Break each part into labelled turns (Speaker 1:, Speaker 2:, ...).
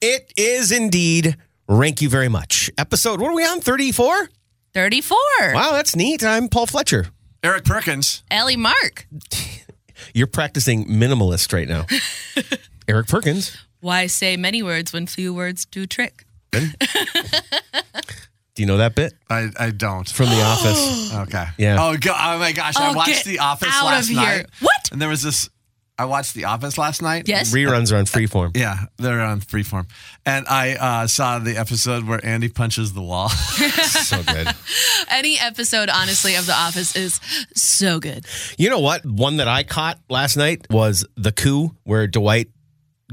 Speaker 1: It is indeed Rank You Very Much. Episode, what are we on? 34?
Speaker 2: 34.
Speaker 1: Wow, that's neat. I'm Paul Fletcher.
Speaker 3: Eric Perkins.
Speaker 2: Ellie Mark.
Speaker 1: You're practicing minimalist right now. Eric Perkins.
Speaker 2: Why say many words when few words do trick?
Speaker 1: Do you know that bit
Speaker 3: I, I don't.
Speaker 1: from The Office?
Speaker 3: Okay.
Speaker 1: Yeah.
Speaker 3: Oh, go, oh my gosh. I
Speaker 2: Oh,
Speaker 3: watched
Speaker 2: get
Speaker 3: The Office
Speaker 2: out
Speaker 3: last
Speaker 2: of here.
Speaker 3: night.
Speaker 2: What?
Speaker 3: And there was this. I watched The Office last night.
Speaker 2: Yes.
Speaker 1: Reruns are on freeform.
Speaker 3: Yeah, they're on Freeform, and I uh, saw the episode where Andy punches the wall.
Speaker 1: so good.
Speaker 2: Any episode, honestly, of The Office is so good.
Speaker 1: You know what? One that I caught last night was The Coup, where Dwight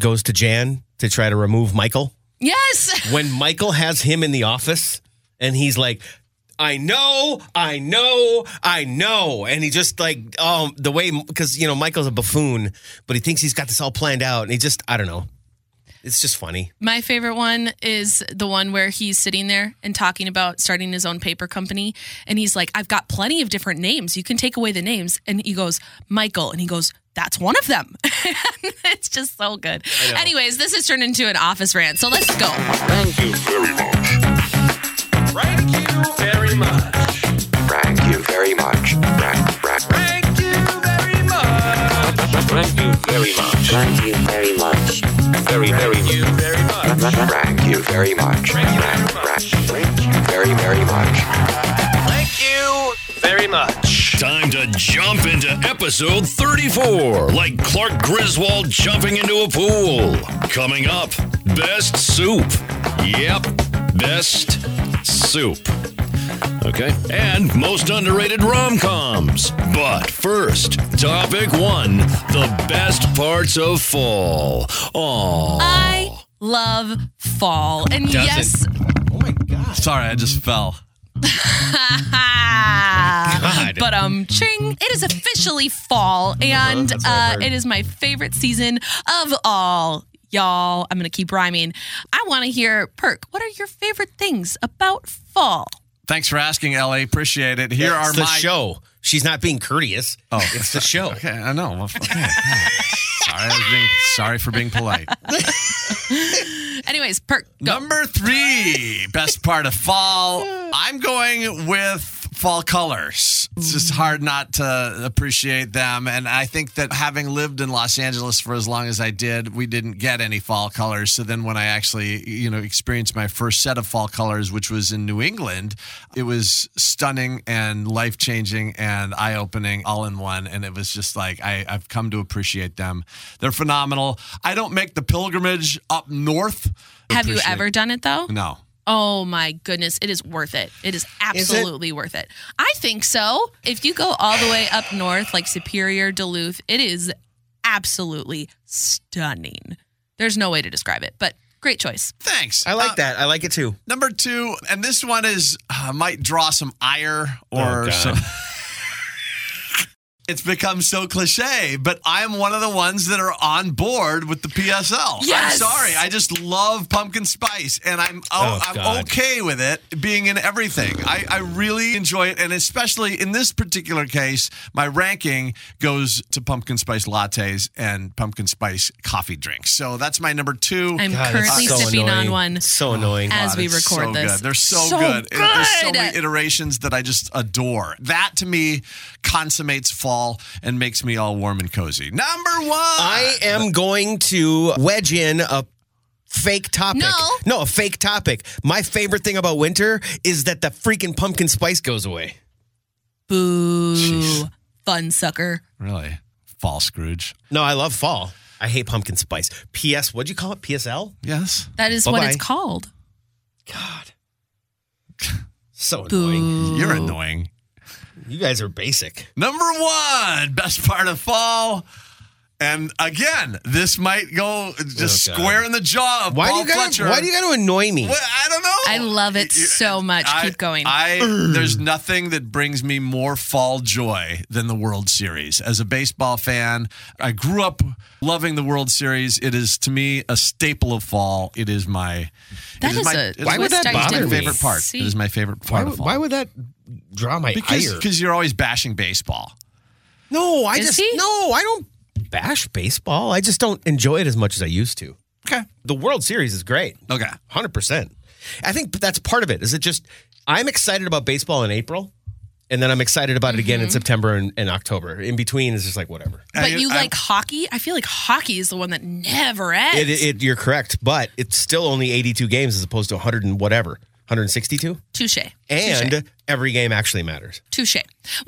Speaker 1: goes to Jan to try to remove Michael.
Speaker 2: Yes.
Speaker 1: when Michael has him in the office and he's like, I know, I know, I know. And he just like, um, the way, because, you know, Michael's a buffoon, but he thinks he's got this all planned out. And he just, I don't know. It's just funny.
Speaker 2: My favorite one is the one where he's sitting there and talking about starting his own paper company. And he's like, I've got plenty of different names. You can take away the names. And he goes, Michael. And he goes, that's one of them. it's just so good. Anyways, this has turned into an office rant. So let's go.
Speaker 4: Thank you very much.
Speaker 5: Thank you very much.
Speaker 4: Thank you very much. Thank, thank,
Speaker 5: Thank you very much.
Speaker 4: thank you very much. Thank you very much. Very, very
Speaker 5: Thank you very much.
Speaker 4: Thank you very much. Thank, thank, thank you very, very much.
Speaker 5: Thank you very much.
Speaker 6: Time to jump into episode 34, like Clark Griswold jumping into a pool. Coming up, best soup. Yep, best soup. Okay, and most underrated rom coms. But first, topic one the best parts of fall. Aww.
Speaker 2: I love fall. And yes,
Speaker 3: Sorry, I just fell.
Speaker 1: Oh God.
Speaker 2: but um ching it is officially fall and
Speaker 1: that's what I
Speaker 2: uh,
Speaker 1: heard.
Speaker 2: it is my favorite season of all y'all i'm gonna keep rhyming i want to hear perk what are your favorite things about fall
Speaker 3: Thanks for asking, Ellie. Appreciate it. Here
Speaker 1: it's
Speaker 3: are
Speaker 1: the
Speaker 3: my
Speaker 1: show. She's not being courteous. Oh, it's the show.
Speaker 3: Okay, I know. Well, okay. sorry, I was being, sorry for being polite.
Speaker 2: anyways perk go
Speaker 3: Number three, best part of fall. I'm going with fall colors. It's just hard not to appreciate them. And I think that having lived in Los Angeles for as long as I did, we didn't get any fall colors. So then when I actually, you know, experienced my first set of fall colors, which was in New England, it was stunning and life changing and eye opening all in one. And it was just like, I, I've come to appreciate them. They're phenomenal. I don't make the pilgrimage up north.
Speaker 2: have you
Speaker 3: Appreciate-
Speaker 2: ever done it though
Speaker 3: no.
Speaker 2: oh my goodness it is worth it it is absolutely worth it i think so if you go all the way up north like superior duluth it is absolutely stunning there's no way to describe it but great choice
Speaker 3: Thanks.
Speaker 1: I like
Speaker 3: Uh,
Speaker 1: that. I like it too.
Speaker 3: Number two, and this one is uh, might draw some ire
Speaker 1: Oh,
Speaker 3: or some. it's become so cliche, but I'm one of the ones that are on board with the PSL.
Speaker 2: Yes!
Speaker 3: I'm sorry, I just love pumpkin spice, and I'm oh,
Speaker 1: Oh,
Speaker 3: I'm
Speaker 1: God.
Speaker 3: okay with it being in everything. I, I really enjoy it, and especially in this particular case, my ranking goes to pumpkin spice lattes and pumpkin spice coffee drinks. So that's my number two.
Speaker 2: I'm
Speaker 1: God, that's
Speaker 2: currently
Speaker 1: so
Speaker 2: sipping
Speaker 1: annoying.
Speaker 2: on one
Speaker 1: So annoying.
Speaker 2: as we
Speaker 3: it's
Speaker 2: record
Speaker 3: so
Speaker 2: this.
Speaker 3: Good. They're so,
Speaker 2: So
Speaker 3: good. It- there's so
Speaker 2: good.
Speaker 3: many iterations that I just adore. That to me consummates fall and makes me all warm and cozy. Number one.
Speaker 1: I am going to wedge in a fake topic.
Speaker 2: No.
Speaker 1: No, a fake topic. My favorite thing about winter is that the freaking pumpkin spice goes away.
Speaker 2: Boo.
Speaker 3: Jeez.
Speaker 2: Fun sucker.
Speaker 3: really fall Scrooge.
Speaker 1: No, I love fall. I hate pumpkin spice. PS, what'd you call it? PSL?
Speaker 3: Yes.
Speaker 2: That is what it's
Speaker 1: Bye-bye.
Speaker 2: called.
Speaker 1: God. So annoying.
Speaker 2: Boo.
Speaker 3: You're annoying.
Speaker 1: You guys are basic.
Speaker 3: Number one, best part of fall. And again, this might go just
Speaker 1: Oh, God.
Speaker 3: square in the jaw of
Speaker 1: Why
Speaker 3: Paul
Speaker 1: do you gotta
Speaker 3: Fletcher.
Speaker 1: why do you gotta annoy me?
Speaker 3: Well, I don't know.
Speaker 2: I love it so much.
Speaker 3: I-
Speaker 2: Keep going.
Speaker 3: I there's nothing that brings me more fall joy than the World Series. As a baseball fan, I grew up loving the World Series. It is to me a staple of fall. It is my
Speaker 2: That
Speaker 3: it is,
Speaker 2: is
Speaker 3: my,
Speaker 2: a
Speaker 3: it is
Speaker 2: Why
Speaker 3: my-
Speaker 1: would that
Speaker 3: it is my
Speaker 1: bother me?
Speaker 3: favorite part. It is my favorite part
Speaker 1: why,
Speaker 3: of fall.
Speaker 1: why would that draw my
Speaker 3: because
Speaker 1: ire?
Speaker 3: because you're always bashing baseball.
Speaker 1: No, I
Speaker 2: Is
Speaker 1: just
Speaker 2: he?
Speaker 1: no, I don't bash baseball. I just don't enjoy it as much as I used to.
Speaker 3: Okay.
Speaker 1: The World Series is great.
Speaker 3: Okay.
Speaker 1: Hundred percent. I think that's part of it. Is it just I'm excited about baseball in April, and then I'm excited about it again in September and, and October. In between is just like whatever.
Speaker 2: But
Speaker 3: I-
Speaker 2: you
Speaker 3: I-
Speaker 2: like hockey? I feel like hockey is the one that never
Speaker 1: It,
Speaker 2: ends.
Speaker 1: it, it- you're correct, but it's still only 82 games as opposed to 100 and whatever, 162,
Speaker 2: Touche.
Speaker 1: and
Speaker 2: Touche.
Speaker 1: every game actually matters.
Speaker 2: Touche.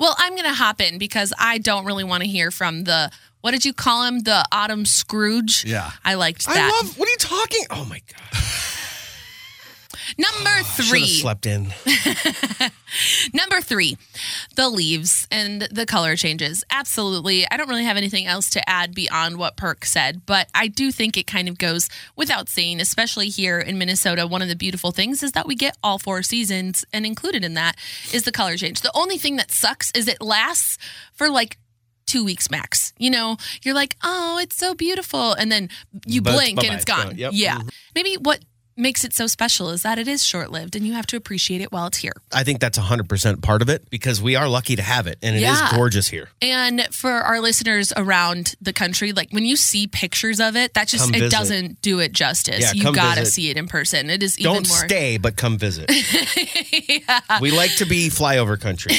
Speaker 2: Well, I'm going to hop in because I don't really want to hear from the, what did you call him? The Autumn Scrooge?
Speaker 3: Yeah.
Speaker 2: I liked that.
Speaker 1: I love. What are you talking? Oh my god!
Speaker 2: Number
Speaker 1: Should have
Speaker 2: three.
Speaker 1: slept in.
Speaker 2: Number three, the leaves and the color changes. Absolutely. I don't really have anything else to add beyond what Perk said, but I do think it kind of goes without saying, especially here in Minnesota. One of the beautiful things is that we get all four seasons, and included in that is the color change. The only thing that sucks is it lasts for like two weeks max. You know, you're like, oh, it's so beautiful. And then you
Speaker 1: But it's
Speaker 2: blink and
Speaker 1: bye-bye.
Speaker 2: it's gone.
Speaker 1: So, yep. Mm-hmm.
Speaker 2: Yeah. Maybe what makes it so special is that it is short lived and you have to appreciate it while it's here.
Speaker 1: I think that's 100 percent part of it because we are lucky to have it, and it is
Speaker 2: Yeah.
Speaker 1: gorgeous here.
Speaker 2: And for our listeners around the country, like when you see pictures of it, that just
Speaker 1: Come
Speaker 2: it
Speaker 1: visit.
Speaker 2: doesn't do it justice.
Speaker 1: Yeah,
Speaker 2: you
Speaker 1: come
Speaker 2: gotta
Speaker 1: visit.
Speaker 2: see it in person. It is even
Speaker 1: Don't
Speaker 2: more.
Speaker 1: stay, but come visit. We like to be flyover country.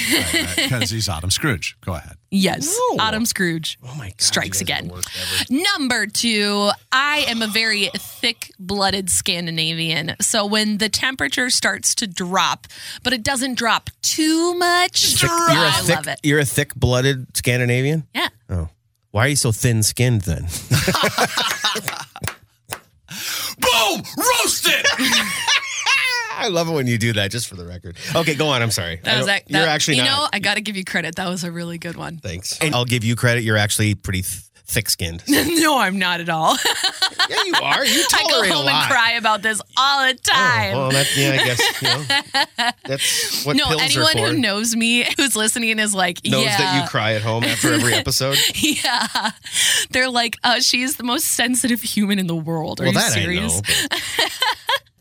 Speaker 3: Because he's Autumn Scrooge. Go ahead.
Speaker 2: Yes,
Speaker 1: No.
Speaker 2: Autumn Scrooge.
Speaker 1: Oh my god!
Speaker 2: Strikes
Speaker 1: you guys are
Speaker 2: again.
Speaker 1: the worst ever.
Speaker 2: Number two, I am a very thick blooded Scandinavian. So when the temperature starts to drop, but it doesn't drop too much,
Speaker 1: Thick- You're a
Speaker 2: I
Speaker 1: thick,
Speaker 2: love it.
Speaker 1: You're a thick-blooded Scandinavian.
Speaker 2: Yeah.
Speaker 1: Oh, why are you so thin-skinned then?
Speaker 3: Boom! Roasted!
Speaker 1: I love it when you do that. Just for the record. Okay, go on. I'm sorry. I
Speaker 2: That was
Speaker 1: don't-
Speaker 2: ac-
Speaker 1: you're
Speaker 2: that-
Speaker 1: actually
Speaker 2: You
Speaker 1: not.
Speaker 2: know, I gotta give you credit. That was a really good one.
Speaker 1: Thanks. And I'll give you credit. You're actually pretty th- thick-skinned. yeah,
Speaker 2: no, I'm not at all.
Speaker 1: you are. You
Speaker 2: I go
Speaker 1: tolerate
Speaker 2: home
Speaker 1: a
Speaker 2: and
Speaker 1: lot.
Speaker 2: cry about this all the time.
Speaker 1: Oh, well, that, yeah, I guess. You know, that's what
Speaker 2: no,
Speaker 1: pills are
Speaker 2: anyone
Speaker 1: for.
Speaker 2: who knows me who's listening is like,
Speaker 1: knows
Speaker 2: yeah,
Speaker 1: that you cry at home after every episode.
Speaker 2: yeah. They're like, uh, she's the most sensitive human in the world. Are
Speaker 1: well,
Speaker 2: you
Speaker 1: that
Speaker 2: serious?
Speaker 1: I know. but-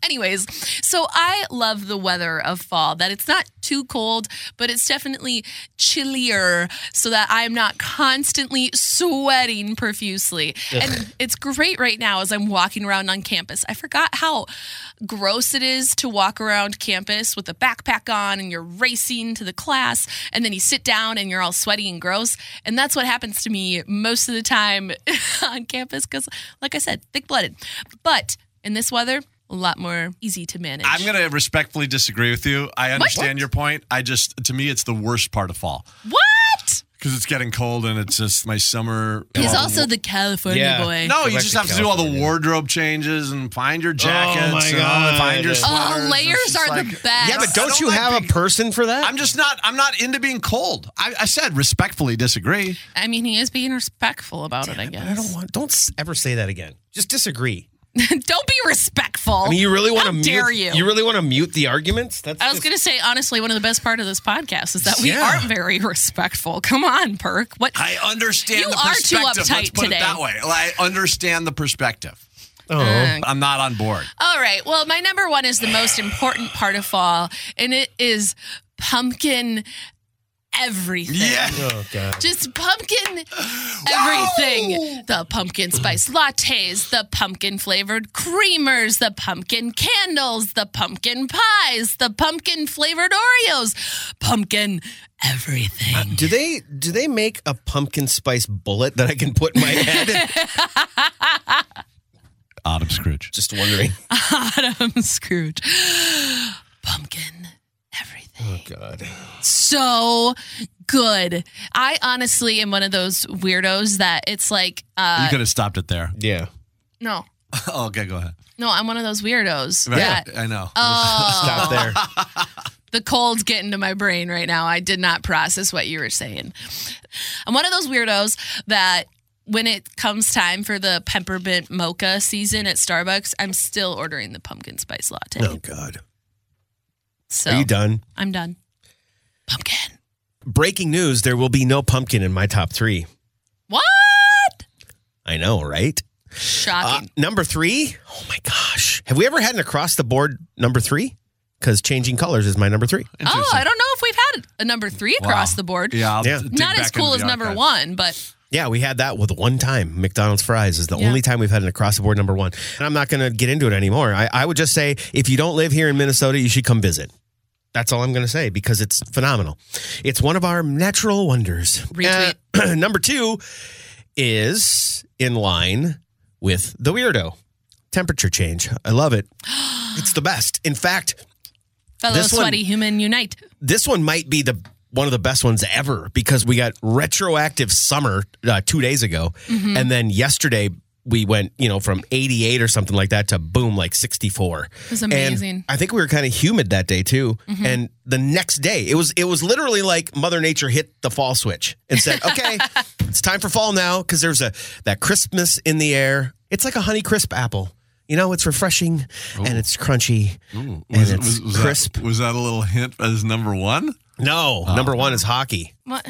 Speaker 2: Anyways, so I love the weather of fall, that it's not too cold, but it's definitely chillier so that I'm not constantly sweating profusely. And it's great right now as I'm walking around on campus. I forgot how gross it is to walk around campus with a backpack on and you're racing to the class, and then you sit down and you're all sweaty and gross. And that's what happens to me most of the time on campus because, like I said, thick blooded. But in this weather, a lot more easy to manage.
Speaker 3: I'm going to respectfully disagree with you. I understand your point. I just, to me, it's the worst part of fall
Speaker 2: what?
Speaker 3: because it's getting cold and it's just my summer.
Speaker 2: He's
Speaker 3: Well,
Speaker 2: also the California
Speaker 1: Yeah.
Speaker 2: boy.
Speaker 3: No,
Speaker 1: Go
Speaker 3: you
Speaker 1: back
Speaker 3: just
Speaker 1: to
Speaker 3: have to Oh do all the
Speaker 1: California.
Speaker 3: wardrobe changes and find your jackets
Speaker 1: my
Speaker 3: and all that, find your
Speaker 1: God.
Speaker 3: sweaters.
Speaker 2: Oh,
Speaker 3: It's
Speaker 2: layers
Speaker 3: just
Speaker 2: are the
Speaker 3: like-
Speaker 2: best.
Speaker 1: yeah, but
Speaker 3: don't
Speaker 1: don't, you
Speaker 3: like
Speaker 1: have
Speaker 3: being-
Speaker 1: a person for that?
Speaker 3: I'm just not. I'm not into being cold. I, I said respectfully disagree.
Speaker 2: I mean, he is being respectful about it, I
Speaker 1: I don't
Speaker 2: guess.
Speaker 1: want. Don't s- ever say that again. Just disagree.
Speaker 2: Don't, be respectful.
Speaker 1: I mean, you really want
Speaker 2: Oh, How
Speaker 1: to mute?
Speaker 2: dare you?
Speaker 1: really want to mute the arguments? That's
Speaker 2: I was
Speaker 1: just-
Speaker 2: going to say, honestly, one of the best part of this podcast is that we
Speaker 1: Yeah.
Speaker 2: aren't very respectful. Come on, Perk. What?
Speaker 3: I understand
Speaker 2: You
Speaker 3: the
Speaker 2: are too
Speaker 3: perspective. Let's
Speaker 2: uptight
Speaker 3: put
Speaker 2: today.
Speaker 3: it that way. I understand the perspective.
Speaker 1: Oh,
Speaker 3: I'm not on board.
Speaker 2: All right. Well, my number one is the most important part of fall, and it is pumpkin everything.
Speaker 1: oh god.
Speaker 2: Just pumpkin everything. The pumpkin spice lattes, the pumpkin flavored creamers, the pumpkin candles, the pumpkin pies, the pumpkin flavored Oreos, pumpkin everything.
Speaker 1: Do they do they make a pumpkin spice bullet that I can put in my head?
Speaker 3: Autumn Scrooge.
Speaker 1: Just wondering.
Speaker 2: Adam Scrooge. Pumpkin everything.
Speaker 1: Oh God.
Speaker 2: So good. I honestly am one of those weirdos that it's like,
Speaker 3: you
Speaker 2: uh,
Speaker 3: could have stopped it there.
Speaker 1: Yeah.
Speaker 2: no,
Speaker 3: Oh, okay, go ahead.
Speaker 2: no, I'm one of those weirdos
Speaker 1: Yeah.
Speaker 2: that
Speaker 3: I know.
Speaker 2: Uh,
Speaker 1: Stop there.
Speaker 2: the cold's getting to my brain right now. I did not process what you were saying. I'm one of those weirdos that when it comes time for the peppermint mocha season at Starbucks, I'm still ordering the pumpkin spice latte.
Speaker 1: Oh God.
Speaker 2: So
Speaker 1: Are you done?
Speaker 2: I'm done. Pumpkin.
Speaker 1: Breaking news: There will be no pumpkin in my top three.
Speaker 2: What?
Speaker 1: I know, right? Uh,
Speaker 2: Shocking.
Speaker 1: number three. Oh my gosh. Have we ever had an across the board number three? Because changing colors is my number three.
Speaker 2: oh, I don't know if we've had a number three across
Speaker 3: Ah, Wow.
Speaker 2: the board.
Speaker 3: yeah, I'll
Speaker 1: Yeah.
Speaker 3: dig
Speaker 2: Not
Speaker 3: back
Speaker 2: as cool
Speaker 3: into
Speaker 2: as
Speaker 3: the
Speaker 2: number
Speaker 3: archive.
Speaker 2: one, but
Speaker 1: Yeah, we had that with one time. McDonald's fries is the
Speaker 2: Yeah.
Speaker 1: only time we've had an across the board number one. And I'm not going to get into it anymore. I, I would just say if you don't live here in Minnesota, you should come visit. That's all I'm going to say because it's phenomenal. It's one of our natural wonders.
Speaker 2: Retweet.
Speaker 1: Uh, number two is in line with the weirdo temperature change. I love it. it's the best. In fact,
Speaker 2: Fellow
Speaker 1: This one-
Speaker 2: sweaty human unite.
Speaker 1: this one might be the one of the best ones ever because we got retroactive summer uh, two days ago, and then yesterday we went you know from 88 or something like that to boom like 64 it
Speaker 2: was amazing.
Speaker 1: i think we were kind of humid that day too and the next day it was it was literally like mother nature hit the fall switch and said okay it's time for fall now because there's a that crispness in the air it's like a honey crisp apple you know it's refreshing and it's crunchy and
Speaker 3: Was,
Speaker 1: it's
Speaker 3: was, was
Speaker 1: crisp
Speaker 3: That, was that a little hint as number one?
Speaker 1: no,
Speaker 3: Uh-huh.
Speaker 1: number one is hockey.
Speaker 2: What?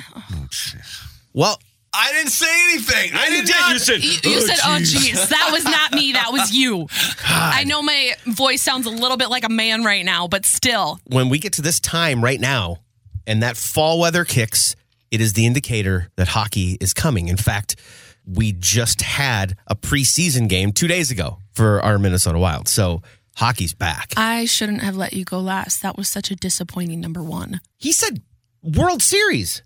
Speaker 1: Well,
Speaker 3: I didn't say anything. I did not.
Speaker 1: said
Speaker 2: You, you said, "Oh, jeez, that was not me. That was you." I know my voice sounds a little bit like a man right now, but still,
Speaker 1: when we get to this time right now, and that fall weather kicks, it is the indicator that hockey is coming. In fact, we just had a preseason game two days ago for our Minnesota Wild, so hockey's back.
Speaker 2: I shouldn't have let you go last. That was such a disappointing number one.
Speaker 1: He said World Series.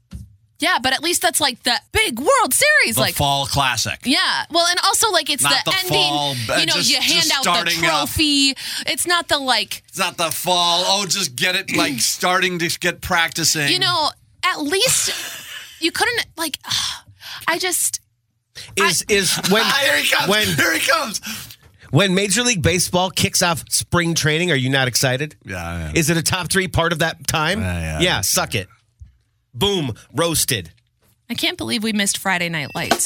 Speaker 2: Yeah, but at least that's like the big World Series,
Speaker 3: The
Speaker 2: like.
Speaker 3: fall classic.
Speaker 2: Yeah. Well, and also like it's the,
Speaker 3: Not the
Speaker 2: ending.
Speaker 3: fall, but
Speaker 2: you know,
Speaker 3: just-
Speaker 2: you hand
Speaker 3: just
Speaker 2: out the
Speaker 3: starting up.
Speaker 2: trophy. It's not the like
Speaker 3: It's not the fall. Oh, just get it like starting to get practicing.
Speaker 2: you know. At least you couldn't like. I just
Speaker 1: Is is when
Speaker 3: Ah, here he comes.
Speaker 1: when
Speaker 3: here he comes.
Speaker 1: when Major League Baseball kicks off spring training? Are you not excited?
Speaker 3: Yeah. I am.
Speaker 1: Is it a top three part of that time?
Speaker 3: yeah.
Speaker 1: suck it. Boom, roasted.
Speaker 2: I can't believe we missed Friday Night Lights.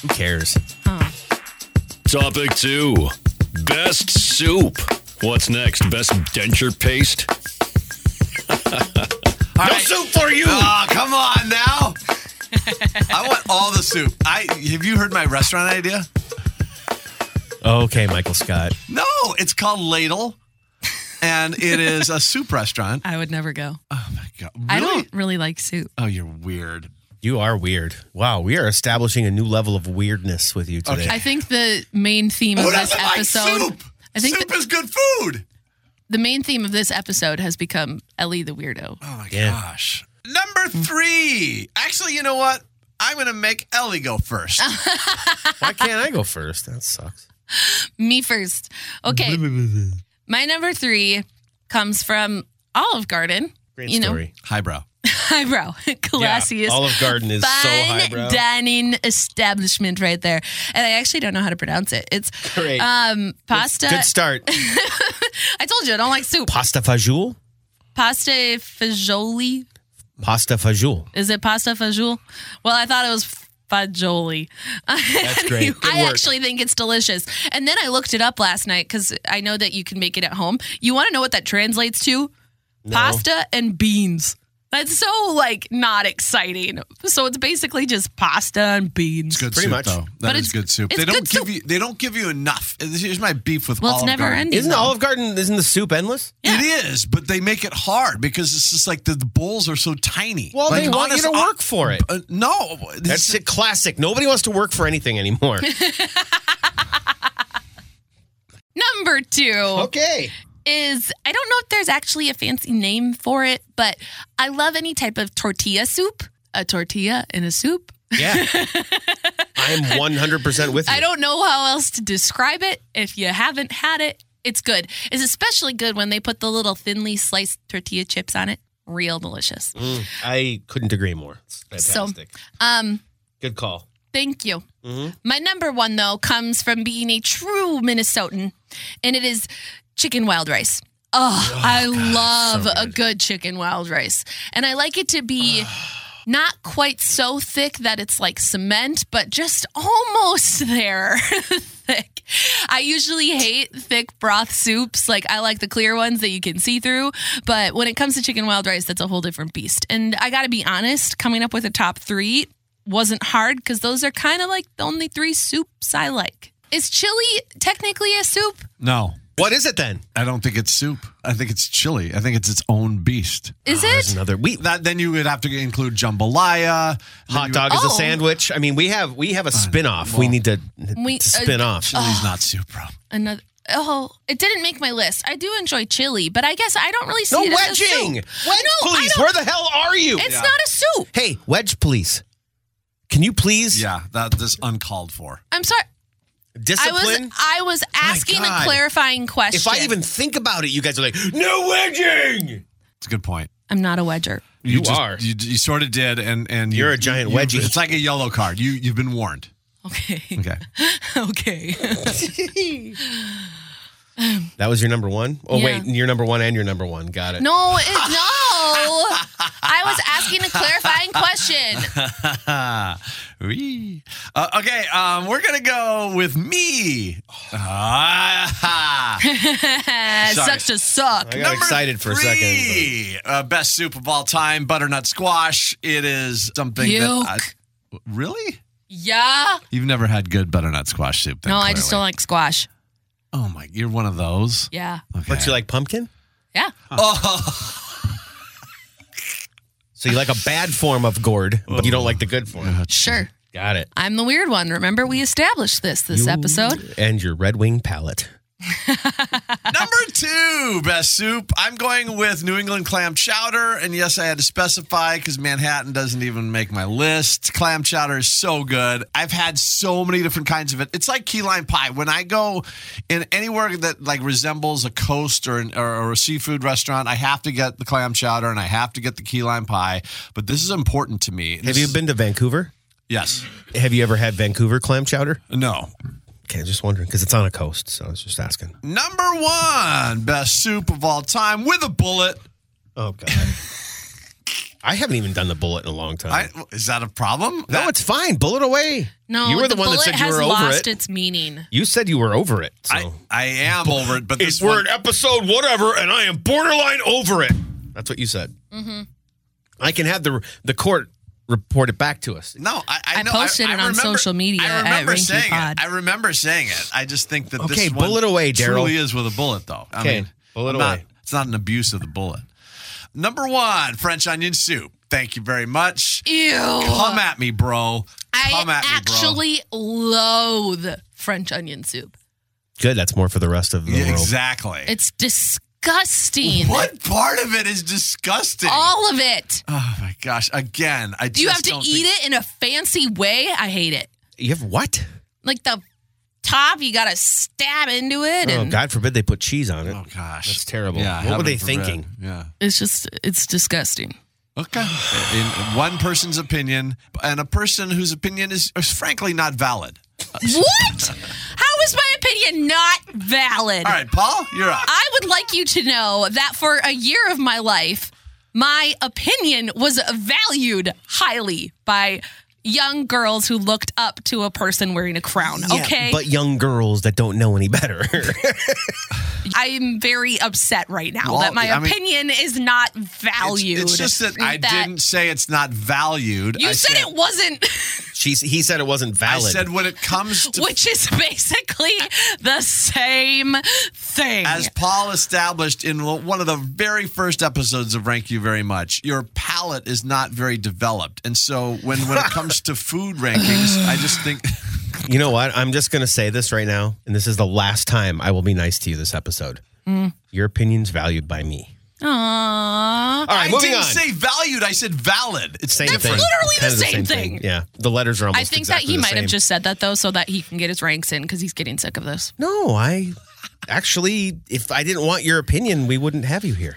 Speaker 1: Who cares?
Speaker 2: uh,
Speaker 6: Topic two Best soup. What's next? Best denture paste?
Speaker 3: All
Speaker 1: No
Speaker 3: right.
Speaker 1: soup for you.
Speaker 3: Oh, come on now. I want all the soup. I have you heard my restaurant idea?
Speaker 1: Okay, Michael Scott.
Speaker 3: No, it's called Ladle, and it is a soup restaurant.
Speaker 2: I would never go.
Speaker 3: God,
Speaker 2: I
Speaker 3: Oh, really?
Speaker 2: don't really like soup.
Speaker 3: Oh, you're weird.
Speaker 1: You are weird. Wow, we are establishing a new level of weirdness with you today.
Speaker 2: I think the main theme of
Speaker 3: Who
Speaker 2: this
Speaker 3: doesn't like
Speaker 2: episode.
Speaker 3: soup?
Speaker 2: I think
Speaker 3: soup
Speaker 2: the,
Speaker 3: is good food.
Speaker 2: the main theme of this episode has become Ellie the weirdo.
Speaker 3: Oh my
Speaker 1: Yeah.
Speaker 3: gosh. Number three. Actually, you know what? I'm gonna make Ellie go first.
Speaker 2: Ah.
Speaker 1: Why can't I go first? That sucks.
Speaker 2: Me first. Okay. My number three comes from Olive Garden.
Speaker 1: Great
Speaker 2: you
Speaker 1: story.
Speaker 3: Highbrow.
Speaker 2: know, highbrow, classiest.
Speaker 1: Olive Garden is so
Speaker 2: fine
Speaker 1: highbrow.
Speaker 2: dining establishment right there. And I actually don't know how to pronounce it. It's
Speaker 1: Great.
Speaker 2: um pasta.
Speaker 1: Good start.
Speaker 2: I told you I don't like soup.
Speaker 1: Pasta fajoule.
Speaker 2: Pasta e fagioli.
Speaker 1: Pasta fajoule.
Speaker 2: Is it pasta fagioli? Well, I thought it was fagioli. That's
Speaker 1: great. Good
Speaker 2: I
Speaker 1: work.
Speaker 2: actually think it's delicious. And then I looked it up last night because I know that you can make it at home. You want to know what that translates to? Pasta and beans. That's so like not exciting. So it's basically just pasta and beans.
Speaker 3: Good
Speaker 1: Pretty
Speaker 3: soup,
Speaker 1: much.
Speaker 3: though. That
Speaker 2: But
Speaker 3: is
Speaker 2: it's-
Speaker 3: good soup.
Speaker 2: it's
Speaker 3: They don't
Speaker 2: good
Speaker 3: give
Speaker 2: soup.
Speaker 3: you. They don't give you enough. And this- Here's my beef with
Speaker 2: Well, it's
Speaker 3: Olive
Speaker 2: never
Speaker 3: Garden.
Speaker 2: ending.
Speaker 1: Isn't
Speaker 2: though.
Speaker 1: Olive Garden? Isn't the soup endless?
Speaker 3: It is, but they make it hard because it's just like the, the bowls are so tiny.
Speaker 1: Well,
Speaker 3: Like,
Speaker 1: they want you
Speaker 3: honest-
Speaker 1: to work for it.
Speaker 3: Uh, no, this
Speaker 1: That's a classic. Nobody wants to work for anything anymore.
Speaker 2: Number two.
Speaker 1: okay.
Speaker 2: is I don't know if there's actually a fancy name for it, but I love any type of tortilla soup. A tortilla in a soup.
Speaker 1: Yeah. I'm 100% with you.
Speaker 2: I don't know how else to describe it. If you haven't had it, it's good. It's especially good when they put the little thinly sliced tortilla chips on it. Real delicious.
Speaker 1: Mm, I couldn't agree more. It's fantastic.
Speaker 2: Um,
Speaker 1: Good call.
Speaker 2: thank you.
Speaker 1: Mhm.
Speaker 2: My number one though comes from being a true Minnesotan, and it is chicken wild rice. Oh, I love a good chicken wild rice, and I like it to be. Not quite so thick that it's like cement, but just almost there. thick. I usually hate thick broth soups. Like, I like the clear ones that you can see through. But when it comes to chicken wild rice, that's a whole different beast. And I got to be honest, coming up with a top three wasn't hard because those are kind of like the only three soups I like. Is chili technically a soup?
Speaker 3: no.
Speaker 1: What is it then?
Speaker 3: I don't think it's soup. I think it's chili. I think it's its own beast.
Speaker 2: Is
Speaker 1: Uh, There's
Speaker 2: it?
Speaker 1: another. We
Speaker 3: That then you would have to include jambalaya, then
Speaker 1: hot
Speaker 3: you-
Speaker 1: dog is a
Speaker 2: Oh.
Speaker 1: sandwich. I mean, we have we have a spin off. We need to,
Speaker 2: We- uh,
Speaker 1: to spin off.
Speaker 3: Chili's not soup, bro.
Speaker 2: another. Oh, it didn't make my list. I do enjoy chili, but I guess I don't really see
Speaker 1: no
Speaker 2: it as a soup.
Speaker 1: wedging. Wedge,
Speaker 2: No, I
Speaker 1: please.
Speaker 2: don't-
Speaker 1: Where the hell are you?
Speaker 2: It's not a soup.
Speaker 1: hey, wedge, please. Can you please
Speaker 3: Yeah, that that's uncalled for.
Speaker 2: I'm sorry. I
Speaker 1: discipline?
Speaker 2: was uh, I was asking a
Speaker 1: God.
Speaker 2: clarifying question.
Speaker 1: if I even think about it, you guys are like, no wedging.
Speaker 3: It's a good point.
Speaker 2: I'm not a wedger.
Speaker 1: You, are.
Speaker 3: You, you sort of did, and and
Speaker 1: You're
Speaker 3: you-
Speaker 1: a giant
Speaker 3: you-
Speaker 1: wedgie.
Speaker 3: It's like a yellow card. You you've been warned.
Speaker 2: Okay.
Speaker 3: Okay.
Speaker 2: okay.
Speaker 1: that was your number one? Oh,
Speaker 2: Yeah.
Speaker 1: wait. Your number one and your number one. Got it.
Speaker 2: no, it, no. I was asking a clarifying question.
Speaker 3: Wee. Uh, okay, um, we're gonna go with me. Ah, Sorry.
Speaker 2: Sucks to suck.
Speaker 1: I got excited for a second.
Speaker 3: second. Uh, best soup of all time, butternut squash. It is something that.
Speaker 2: Yuck.
Speaker 3: I, really?
Speaker 2: Yeah.
Speaker 3: You've never had good butternut squash soup. Then,
Speaker 2: No, I just don't
Speaker 3: clearly.
Speaker 2: like squash.
Speaker 3: Oh my! You're one of those.
Speaker 2: Yeah.
Speaker 1: But, but you like pumpkin?
Speaker 2: Yeah.
Speaker 1: So you like a bad form of gourd, but you don't like the good form.
Speaker 2: Sure.
Speaker 1: Got it.
Speaker 2: I'm the weird one. Remember, we established this this episode.
Speaker 1: And your red wing palate.
Speaker 3: Number two, best soup. I'm going with New England clam chowder. And yes, I had to specify because Manhattan doesn't even make my list. Clam chowder is so good. I've had so many different kinds of it. It's like key lime pie. When I go in anywhere that like resembles a coast or, an, or a seafood restaurant, I have to get the clam chowder and I have to get the key lime pie. But this is important to me.
Speaker 1: Have you been to Vancouver?
Speaker 3: Yes.
Speaker 1: Have you ever had Vancouver clam chowder?
Speaker 3: No.
Speaker 1: Okay, just wondering because it's on a coast, so I was just asking.
Speaker 3: Number one, best soup of all time with a bullet.
Speaker 1: Oh god, I haven't even done the bullet in a long time.
Speaker 3: I, is that a problem?
Speaker 1: no, it's fine. Bullet away.
Speaker 2: No,
Speaker 1: you were the,
Speaker 2: the,
Speaker 1: one
Speaker 2: bullet
Speaker 1: that said you
Speaker 2: has
Speaker 1: were over
Speaker 2: lost
Speaker 1: it.
Speaker 2: its meaning.
Speaker 1: You said you were over it. So.
Speaker 3: I, I am over it, but
Speaker 1: It's-
Speaker 3: this one,
Speaker 1: episode whatever, and I am borderline over it. That's what you said. Mm-hmm. I can have the the court report it back to us.
Speaker 3: no, I, I,
Speaker 2: I
Speaker 3: know,
Speaker 2: posted it on social media
Speaker 3: I
Speaker 2: at
Speaker 3: remember
Speaker 2: Ranky
Speaker 3: saying
Speaker 2: Pod.
Speaker 3: it. I remember saying it. I just think that
Speaker 1: Okay,
Speaker 3: this one
Speaker 1: bullet away, Daryl.
Speaker 3: Truly is with a bullet, though. I
Speaker 1: Okay,
Speaker 3: mean,
Speaker 1: bullet
Speaker 3: I'm not-
Speaker 1: away.
Speaker 3: it's not an abuse of the bullet. Number one, French onion soup. Thank you very much.
Speaker 2: Ew.
Speaker 3: Come at me, bro. Come
Speaker 2: I
Speaker 3: at me,
Speaker 2: actually loathe French onion soup.
Speaker 1: Good. That's more for the rest of the
Speaker 3: bro. Yeah,
Speaker 1: world.
Speaker 3: exactly.
Speaker 2: It's disgusting.
Speaker 3: what part of it is disgusting?
Speaker 2: All of it.
Speaker 3: oh my gosh! Again, I
Speaker 2: Do you have to eat
Speaker 3: think-
Speaker 2: it in a fancy way? I hate it.
Speaker 1: You have what?
Speaker 2: Like the top, you gotta stab into it,
Speaker 1: Oh,
Speaker 2: and
Speaker 1: God forbid they put cheese on it.
Speaker 3: Oh gosh,
Speaker 1: That's terrible.
Speaker 3: Yeah,
Speaker 1: What were
Speaker 3: heaven
Speaker 1: they
Speaker 3: forbid.
Speaker 1: thinking?
Speaker 3: Yeah.
Speaker 2: it's just it's disgusting.
Speaker 3: Okay. In one person's opinion, and a person whose opinion is, is frankly not valid.
Speaker 2: What? How is my opinion not valid?
Speaker 3: All right, Paul, you're up.
Speaker 2: I would like you to know that for a year of my life, my opinion was valued highly by young girls who looked up to a person wearing a crown. okay.
Speaker 1: But young girls that don't know any better.
Speaker 2: I'm very upset right now
Speaker 3: Well,
Speaker 2: that my
Speaker 3: I mean-
Speaker 2: opinion is not valued.
Speaker 3: It's, it's just that, I didn't say it's not valued.
Speaker 2: You
Speaker 3: I
Speaker 2: said, it wasn't,
Speaker 1: she, he said it wasn't
Speaker 3: I
Speaker 1: valid.
Speaker 3: said when it comes to.
Speaker 2: which is basically the same thing.
Speaker 3: as Paul established in one of the very first episodes of Rank You Very Much, your palate is not very developed. And so when, when it comes to food rankings, I just think
Speaker 1: you know what? I'm just going to say this right now, and this is the last time I will be nice to you this episode. Your opinion's valued by me.
Speaker 2: Aww.
Speaker 1: All right,
Speaker 3: I
Speaker 1: moving
Speaker 3: didn't
Speaker 1: on.
Speaker 3: say valued, I said valid. It's
Speaker 1: same
Speaker 2: That's
Speaker 1: thing.
Speaker 2: literally the
Speaker 1: Kinda
Speaker 2: same thing.
Speaker 1: Yeah, the letters are almost.
Speaker 2: I think that
Speaker 1: exactly
Speaker 2: he
Speaker 1: the
Speaker 2: might
Speaker 1: same.
Speaker 2: have just said that though, so that he can get his ranks in because he's getting sick of this.
Speaker 1: No, I actually, if I didn't want your opinion, we wouldn't have you here.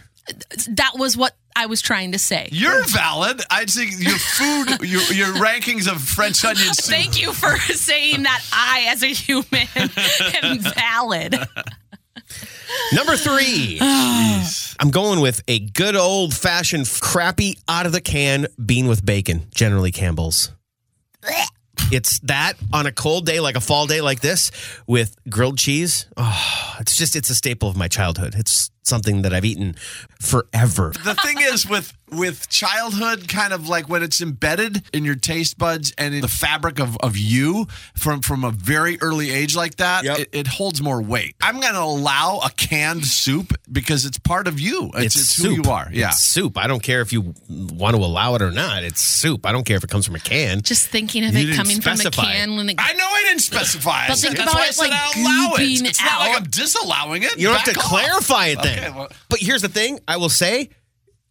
Speaker 2: That was what I was trying to say.
Speaker 3: You're valid. I'd say your food, your, your rankings of French onion soup.
Speaker 2: Thank you for saying that I, as a human, am valid.
Speaker 1: Number three. I'm going with a good old fashioned crappy out of the can bean with bacon, generally Campbell's. It's that on a cold day, like a Ah, fall day like this, with grilled cheese. Oh, it's just, it's a staple of my childhood. It's something that I've eaten forever.
Speaker 3: the thing is with with childhood kind of like when it's embedded in your taste buds and in the fabric of, of you from from a very early age like that
Speaker 1: Yep.
Speaker 3: it, it holds more weight i'm gonna allow a canned soup because it's part of you it's, it's who
Speaker 1: soup.
Speaker 3: you are yeah
Speaker 1: It's soup. I don't care if you want to allow it or not. It's soup. I don't care if it comes from a can.
Speaker 2: Just thinking of
Speaker 1: You
Speaker 2: it
Speaker 1: didn't
Speaker 2: coming
Speaker 1: specify.
Speaker 2: from a can when it.
Speaker 3: I know I didn't specify.
Speaker 2: But think
Speaker 3: That's
Speaker 2: about
Speaker 3: why I
Speaker 2: it
Speaker 3: said
Speaker 2: like
Speaker 3: I allow it.
Speaker 2: gooping
Speaker 3: It's not like
Speaker 2: out.
Speaker 3: I'm disallowing it.
Speaker 1: You don't have to
Speaker 3: Back off.
Speaker 1: clarify it then.
Speaker 3: Okay, well-
Speaker 1: but here's the thing I will say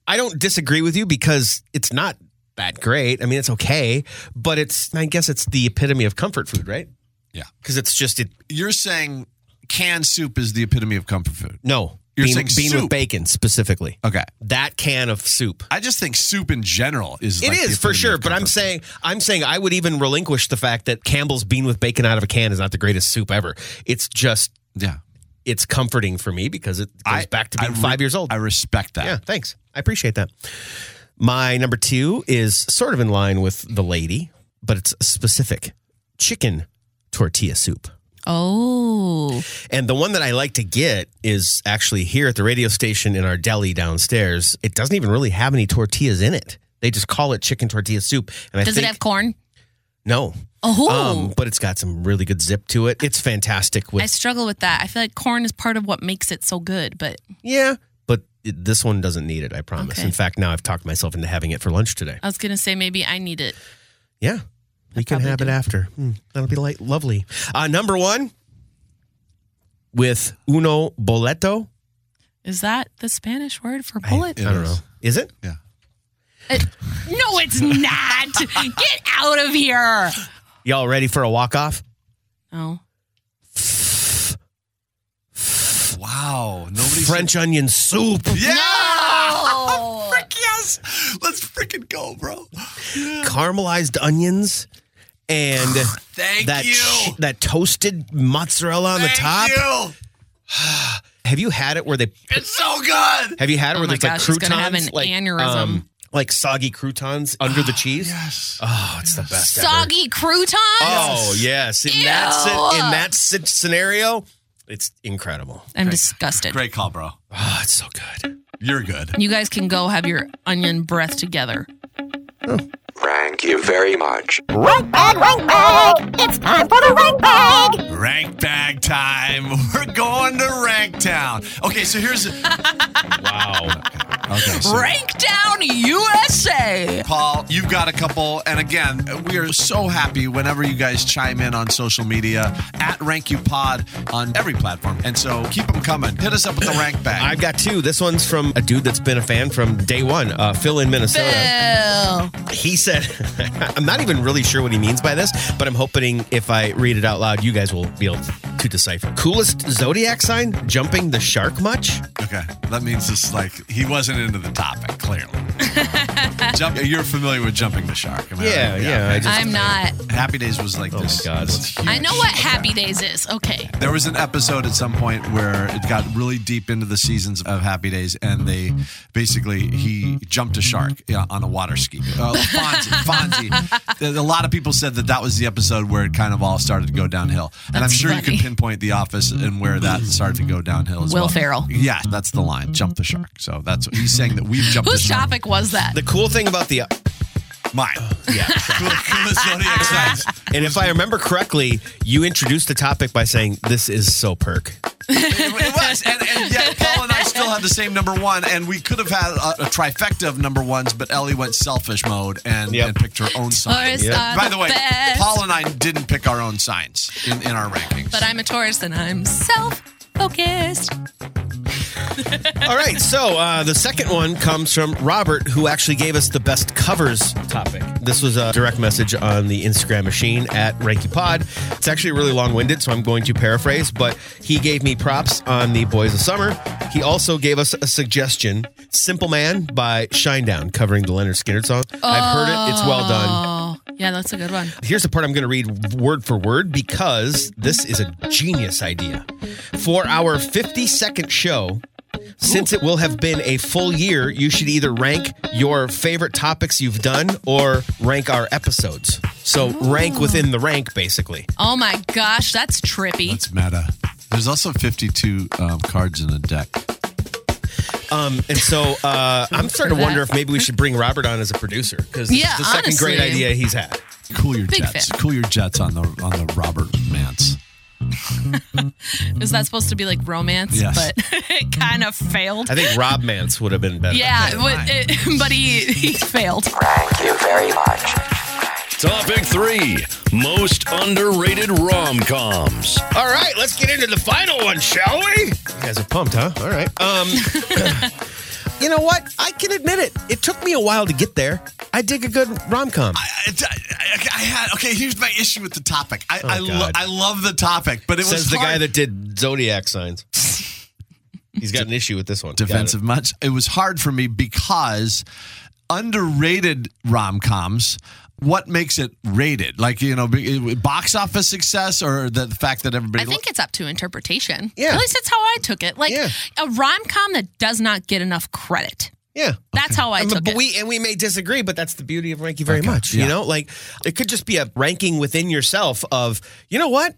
Speaker 1: I don't disagree with you because it's not that great. I mean, it's okay, but it's, I guess it's the epitome of comfort food, right?
Speaker 3: Yeah.
Speaker 1: Because it's just, it,
Speaker 3: You're saying canned soup is the epitome of comfort food.
Speaker 1: no.
Speaker 3: You're
Speaker 1: bean
Speaker 3: saying
Speaker 1: bean
Speaker 3: soup.
Speaker 1: with bacon specifically.
Speaker 3: Okay.
Speaker 1: That can of soup.
Speaker 3: I just think soup in general is.
Speaker 1: It is
Speaker 3: like the
Speaker 1: for
Speaker 3: epitome
Speaker 1: sure,
Speaker 3: of
Speaker 1: but I'm
Speaker 3: comfort
Speaker 1: saying I'm saying I would even relinquish the fact that Campbell's bean with bacon out of a can is not the greatest soup ever. It's just
Speaker 3: food. Yeah.
Speaker 1: it's comforting for me because it goes
Speaker 3: I-
Speaker 1: back to being
Speaker 3: I re-
Speaker 1: five years old.
Speaker 3: I respect that.
Speaker 1: yeah, thanks. I appreciate that. My number two is sort of in line with the lady, but it's specific chicken tortilla soup.
Speaker 2: Oh,
Speaker 1: And the one that I like to get is actually here at the radio station in our deli downstairs. It doesn't even really have any tortillas in it. They just call it chicken tortilla soup. And I
Speaker 2: does
Speaker 1: think,
Speaker 2: it have corn?
Speaker 1: no?
Speaker 2: Oh,
Speaker 1: Um, but it's got some really good zip to it. It's fantastic with
Speaker 2: I struggle with that. I feel like corn is part of what makes it so good. But
Speaker 1: yeah, but it, this one doesn't need it. I promise.
Speaker 2: Okay.
Speaker 1: In fact, now I've talked myself into having it for lunch today.
Speaker 2: I was gonna say maybe I need it.
Speaker 1: Yeah, we can
Speaker 2: probably
Speaker 1: have it after. Mm, that'll be like lovely. Uh, number one with uno boleto.
Speaker 2: Is that the Spanish word for bullet?
Speaker 1: I don't know. Is it?
Speaker 3: Yeah.
Speaker 2: Uh, no, it's not. Get out of here. Oh.
Speaker 1: Y'all ready for a walk off?
Speaker 2: No.
Speaker 3: Wow. Nobody.
Speaker 1: French onion soup.
Speaker 3: Yeah.
Speaker 2: No.
Speaker 3: Frick yes. Let's freaking go, bro.
Speaker 1: caramelized onions and
Speaker 3: Thank
Speaker 1: that
Speaker 3: you.
Speaker 1: ch- that toasted mozzarella on
Speaker 3: Thank
Speaker 1: the top.
Speaker 3: you.
Speaker 1: Have you had it where they
Speaker 3: It's so good.
Speaker 1: have you had it
Speaker 2: Oh
Speaker 1: where
Speaker 2: my
Speaker 1: there's
Speaker 2: gosh,
Speaker 1: like
Speaker 2: she's
Speaker 1: croutons
Speaker 2: gonna have an
Speaker 1: like um,
Speaker 2: aneurysm.
Speaker 1: like soggy croutons under the cheese?
Speaker 3: Ah, Yes.
Speaker 1: Oh, it's the best. ever.
Speaker 2: Soggy croutons.
Speaker 1: Oh yes, in that
Speaker 2: Ew.
Speaker 1: si- in that si- scenario, it's incredible.
Speaker 2: I'm disgusted.
Speaker 3: Great call, bro.
Speaker 1: Oh, it's so good.
Speaker 3: You're good.
Speaker 2: You guys can go have your onion breath together.
Speaker 4: Thank you very much.
Speaker 3: Rank bag time. We're going to Rank Town. Okay, so here's.
Speaker 1: Wow.
Speaker 3: Okay, so
Speaker 2: Rank down USA.
Speaker 3: Paul, you've got a couple. And again, we are so happy whenever you guys chime in on social media at Rank You Pod on every platform. And so keep them coming. Hit us up with the rank bag.
Speaker 1: I've got two. This one's from a dude that's been a fan from day one, uh, Phil in Minnesota.
Speaker 2: Bill.
Speaker 1: He said, I'm not even really sure what he means by this, but I'm hoping if I read it out loud, you guys will be able to decipher. Coolest zodiac sign? Jumping the shark much?
Speaker 3: okay, that means it's like he wasn't into the topic, clearly. Jump, you're familiar with jumping the shark. am I right?
Speaker 1: Yeah, yeah, I
Speaker 3: okay.
Speaker 1: just- Oh
Speaker 2: I'm not.
Speaker 3: Happy Days was like
Speaker 1: my
Speaker 3: this.
Speaker 1: God.
Speaker 3: this
Speaker 2: I
Speaker 3: huge-
Speaker 2: know what Happy Days is. Okay.
Speaker 3: There was an episode at some point where it got really deep into the seasons of Happy Days, and they basically he jumped a shark yeah, on a water ski. Uh, Fonzie, Fonzie. There- A lot of people said that that was the episode where it kind of all started to go downhill, and I'm
Speaker 2: That's
Speaker 3: sure you
Speaker 2: funny.
Speaker 3: can pinpoint the office and where that started to go downhill as
Speaker 2: Will
Speaker 3: well.
Speaker 2: Ferrell.
Speaker 3: Yeah, that's the line. Jump the shark. So that's what he's saying that we've jumped
Speaker 2: Whose
Speaker 3: the shark.
Speaker 2: topic was that?
Speaker 1: The cool thing about the. uh,
Speaker 3: Mine.
Speaker 1: Yeah.
Speaker 3: Cool- coolest zodiac signs.
Speaker 1: And if I remember correctly, you introduced the topic by saying, This is so perk.
Speaker 3: It, it was, and, and yet Paul and I still had the same number one, and we could have had a, a trifecta of number ones, but Ellie went selfish mode and,
Speaker 1: Yep.
Speaker 3: and picked her own sign.
Speaker 2: Tourists are
Speaker 3: By the way,
Speaker 2: uh, best.
Speaker 3: Paul and I didn't pick our own signs in, in our rankings.
Speaker 2: But I'm a tourist and I'm self focused.
Speaker 1: All right. So uh, the second one comes from Robert, who actually gave us the best covers topic. This was a direct message on the Instagram machine at Ranky Pod. It's actually really long winded, so I'm going to paraphrase, but he gave me props on the Boys of Summer. He also gave us a suggestion Simple Man by Shinedown, covering the Leonard Skinner song. I've heard it, it's well done.
Speaker 2: Oh, yeah, that's a good one.
Speaker 1: Here's the part I'm going to read word for word because this is a genius idea. For our 52nd show, since it will have been a full year, you should either rank your favorite topics you've done or rank our episodes. So rank within the rank, basically.
Speaker 2: Oh my gosh, that's trippy.
Speaker 3: That's meta. There's also 52 um, cards in a deck.
Speaker 1: Um, and so uh, I'm starting to wonder if maybe we should bring Robert on as a producer because this
Speaker 2: Yeah,
Speaker 1: is the second great
Speaker 2: honestly.
Speaker 1: idea he's had.
Speaker 3: Cool your
Speaker 2: Big
Speaker 3: jets.
Speaker 2: fan.
Speaker 3: Cool your jets on the on the Robert Mance.
Speaker 2: Is that supposed to be like romance?
Speaker 3: Yes.
Speaker 2: But it kind of failed.
Speaker 1: I think Rob Mance would have been better.
Speaker 2: Yeah, it would- it- but he, he failed.
Speaker 4: Thank you very much.
Speaker 6: Topic three most underrated rom coms.
Speaker 1: All right, let's get into the final one, shall we? You guys are pumped, huh? All right. Um, you know what? I can admit it. It took me a while to get there. I dig a good rom com.
Speaker 3: I, I, I had okay. Here's my issue with the topic. I I, lo-
Speaker 1: God.
Speaker 3: I love Oh, the topic, but it was
Speaker 1: Says the guy
Speaker 3: hard-
Speaker 1: that did zodiac signs. He's got an issue with this one. Got it.
Speaker 3: defensive much. It was hard for me because underrated rom coms. What makes it rated? Like you know, be- box office success or the fact that everybody.
Speaker 2: I think it's up to interpretation.
Speaker 1: Yeah.
Speaker 2: At least that's how I took it. Like
Speaker 1: Yeah.
Speaker 2: a rom com that does not get enough credit.
Speaker 1: Yeah.
Speaker 2: That's how
Speaker 1: I
Speaker 2: I
Speaker 1: mean,
Speaker 2: took
Speaker 1: but
Speaker 2: it.
Speaker 1: we and we may disagree, but that's the beauty of Rank You Very Much.
Speaker 3: yeah.
Speaker 1: You know, like it could just be a ranking within yourself of, you know what?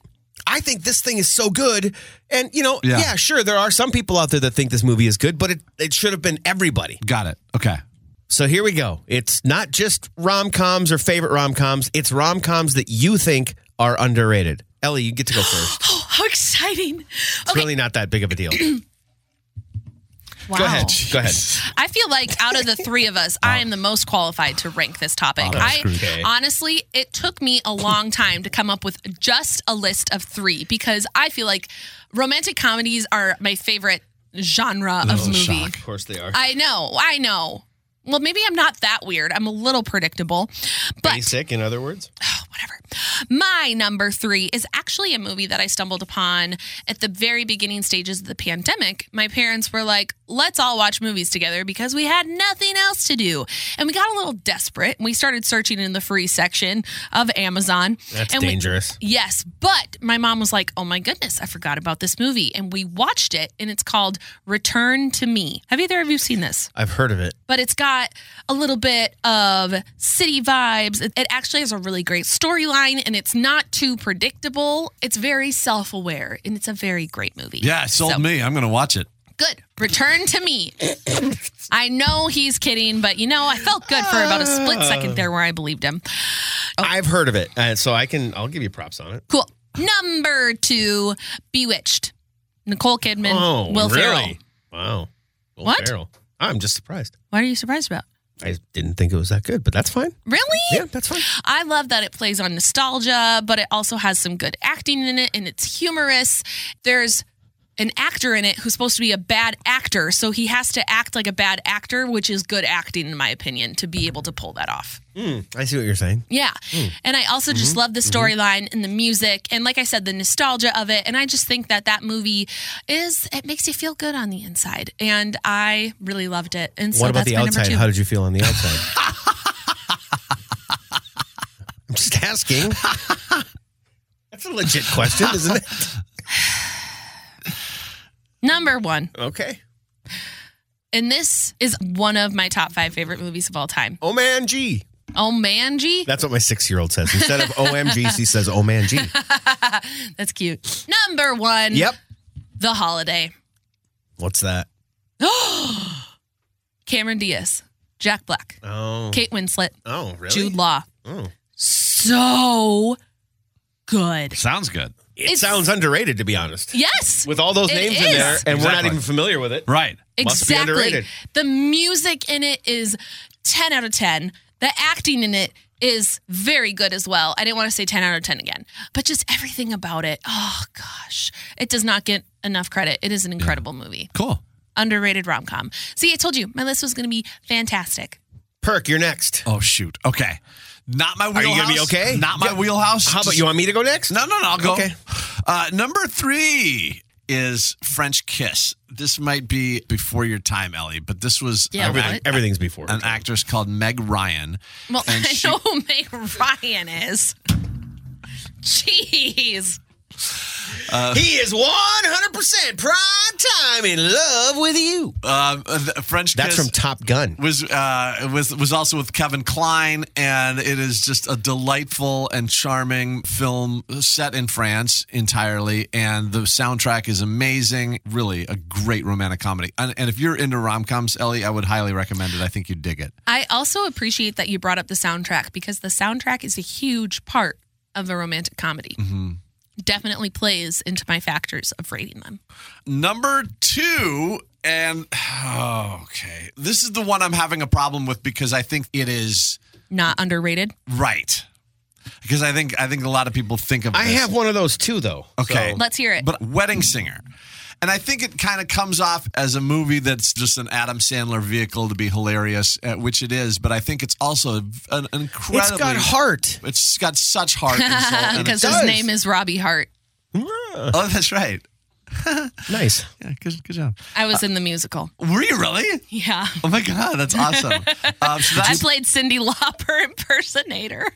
Speaker 1: I think this thing is so good. And you know,
Speaker 3: Yeah.
Speaker 1: yeah, sure, there are some people out there that think this movie is good, but it, it should have been everybody.
Speaker 3: got it. Okay.
Speaker 1: So here we go. It's not just rom coms or favorite rom coms, it's rom coms that you think are underrated. Ellie, you get to go first.
Speaker 2: oh, how exciting.
Speaker 1: It's really not that big of a deal.
Speaker 2: Wow.
Speaker 1: Go ahead. Go ahead.
Speaker 2: I feel like out of the three of us, I am the most qualified to rank this topic. I
Speaker 1: Oh, Okay.
Speaker 2: honestly, it took me a long time to come up with just a list of three because I feel like romantic comedies are my favorite genre of movie.
Speaker 1: Of course they are.
Speaker 2: I know, I know. Well, maybe I'm not that weird. I'm a little predictable, but
Speaker 1: Basic, in other words.
Speaker 2: whatever. My number three is actually a movie that I stumbled upon at the very beginning stages of the pandemic. My parents were like, let's all watch movies together because we had nothing else to do. And we got a little desperate and we started searching in the free section of Amazon.
Speaker 1: That's
Speaker 2: and we-
Speaker 1: dangerous.
Speaker 2: Yes, but my mom was like, "Oh my goodness, I forgot about this movie," and we watched it, and it's called Return to Me. Have either of you seen this?
Speaker 1: I've heard of it.
Speaker 2: but it's got a little bit of city vibes. It, it actually has a really great storyline and it's not too predictable. It's very self aware and it's a very great movie.
Speaker 3: Yeah, it sold
Speaker 2: So,
Speaker 3: me. I'm gonna watch it.
Speaker 2: Good. Return to me. I know he's kidding, but you know, I felt good for about a split second there where I believed him.
Speaker 1: I've heard of it. Uh, so I can I'll give you props on it.
Speaker 2: Cool. Number two, Bewitched. Nicole Kidman,
Speaker 1: Oh,
Speaker 2: Will Ferrell.
Speaker 1: Wow. Will
Speaker 2: What?
Speaker 1: Ferrell. I'm just surprised.
Speaker 2: What are you surprised about?
Speaker 1: I didn't think it was that good, but that's fine.
Speaker 2: Really?
Speaker 1: Yeah, that's fine.
Speaker 2: I love that it plays on nostalgia, but it also has some good acting in it and it's humorous. There's an actor in it who's supposed to be a bad actor, so he has to act like a bad actor, which is good acting, in my opinion, to be able to pull that off.
Speaker 1: I see what you're saying.
Speaker 2: Yeah.
Speaker 1: Hmm.
Speaker 2: And I also
Speaker 1: Mm-hmm.
Speaker 2: just love the storyline and the music. And like I said, the nostalgia of it. And I just think that that movie is, it makes you feel good on the inside. And I really loved it. And so
Speaker 1: what about
Speaker 2: that's
Speaker 1: the
Speaker 2: my
Speaker 1: outside?
Speaker 2: number
Speaker 1: How
Speaker 2: two.
Speaker 1: did you feel on the outside? I'm just asking. that's a legit question, isn't it?
Speaker 2: Number one.
Speaker 1: Okay.
Speaker 2: And this is one of my top five favorite movies of all time.
Speaker 1: Oh man, G.
Speaker 2: Oh man, G.
Speaker 1: That's what my six year old says. Instead of OMG, she says Oh man, G.
Speaker 2: That's cute. Number one.
Speaker 1: Yep.
Speaker 2: The Holiday.
Speaker 1: What's that?
Speaker 2: Cameron Diaz, Jack Black,
Speaker 1: Oh.
Speaker 2: Kate Winslet,
Speaker 1: Oh, really?
Speaker 2: Jude Law.
Speaker 1: Oh.
Speaker 2: So good.
Speaker 3: Sounds good.
Speaker 1: It sounds underrated, to be honest.
Speaker 2: Yes.
Speaker 1: With all those
Speaker 2: It
Speaker 1: names in there, and
Speaker 2: is.
Speaker 1: we're not
Speaker 3: Exactly.
Speaker 1: even familiar with it.
Speaker 3: Right.
Speaker 1: Must be
Speaker 2: Exactly.
Speaker 1: underrated.
Speaker 2: the music in it is 10 out of 10. The acting in it is very good as well. I didn't want to say 10 out of 10 again, but just everything about it. Oh, gosh. It does not get enough credit. It is an incredible movie.
Speaker 3: Cool.
Speaker 2: Underrated rom com. See, I told you my list was going to be fantastic.
Speaker 1: Perk, you're next.
Speaker 3: Oh shoot. Okay. Not my
Speaker 1: you
Speaker 3: wheelhouse.
Speaker 1: gonna be okay?
Speaker 3: Not my
Speaker 1: Yeah.
Speaker 3: wheelhouse.
Speaker 1: How about
Speaker 3: Just-
Speaker 1: you want me to go next?
Speaker 3: No, no, no. I'll go.
Speaker 1: Okay.
Speaker 3: Uh, number three is French Kiss. This might be before your time, Ellie, but this was
Speaker 2: Yeah,
Speaker 3: an,
Speaker 2: what?
Speaker 1: Everything, everything's before.
Speaker 3: an actress called Meg Ryan.
Speaker 2: Well,
Speaker 3: And
Speaker 2: I
Speaker 3: she-
Speaker 2: know who Meg Ryan is. Jeez.
Speaker 1: he is 100% prime time in love with you.
Speaker 3: Um, the French
Speaker 1: That's
Speaker 3: Kiss
Speaker 1: from Top Gun.
Speaker 3: was uh, was was also with Kevin Klein, and it is just a delightful and charming film set in France entirely, and the soundtrack is amazing. Really, a great romantic comedy. And, and if you're into rom coms, Ellie, I would highly recommend it. I think you'd dig it.
Speaker 2: I also appreciate that you brought up the soundtrack because the soundtrack is a huge part of a romantic comedy.
Speaker 3: Mm-hmm.
Speaker 2: Definitely plays into my factors of rating them.
Speaker 3: Number two, and okay, this is the one I'm having a problem with because I think it is
Speaker 2: Not underrated.
Speaker 3: right. Because I think I think a lot of people think of
Speaker 1: I
Speaker 3: this-
Speaker 1: have one of those too, though.
Speaker 3: Okay.
Speaker 1: So-
Speaker 2: Let's hear it.
Speaker 3: but Wedding Singer. And I think it kind of comes off as a movie that's just an Adam Sandler vehicle to be hilarious, uh, which it is. But I think it's also an incredibly.
Speaker 1: it's got heart.
Speaker 3: It's got such heart and soul. and
Speaker 2: because
Speaker 3: it's-
Speaker 1: does.
Speaker 2: his name is Robbie Hart.
Speaker 3: oh, that's right.
Speaker 1: Nice.
Speaker 3: Yeah, good, good job.
Speaker 2: I was in the musical.
Speaker 3: Were you really?
Speaker 2: Yeah.
Speaker 3: Oh my god, that's awesome. Um, so
Speaker 2: I
Speaker 3: that's,
Speaker 2: played Cindy Lauper impersonator.